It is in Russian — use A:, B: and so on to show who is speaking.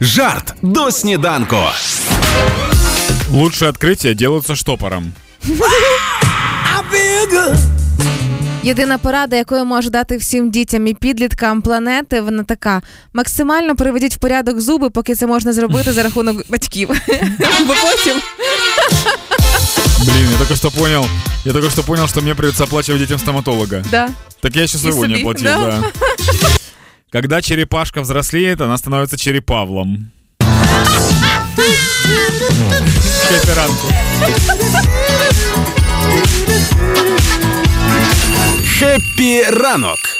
A: Жарт до сніданку.
B: Лучшие открытия делаются штопором.
C: Єдина порада, якою можу дати всім дітям і підліткам планети, вона така: максимально приведіть в порядок зуби, поки це можна зробити за рахунок батьків. Бо потім
B: Блин, я только что понял, я только что понял, что мне придется оплачивать детям стоматолога.
C: да.
B: Так я сейчас
C: И
B: его не
C: себе,
B: оплатил,
C: да.
B: да. Когда черепашка взрослеет, она становится черепавлом. Шеперанку.
A: Хеппі ранок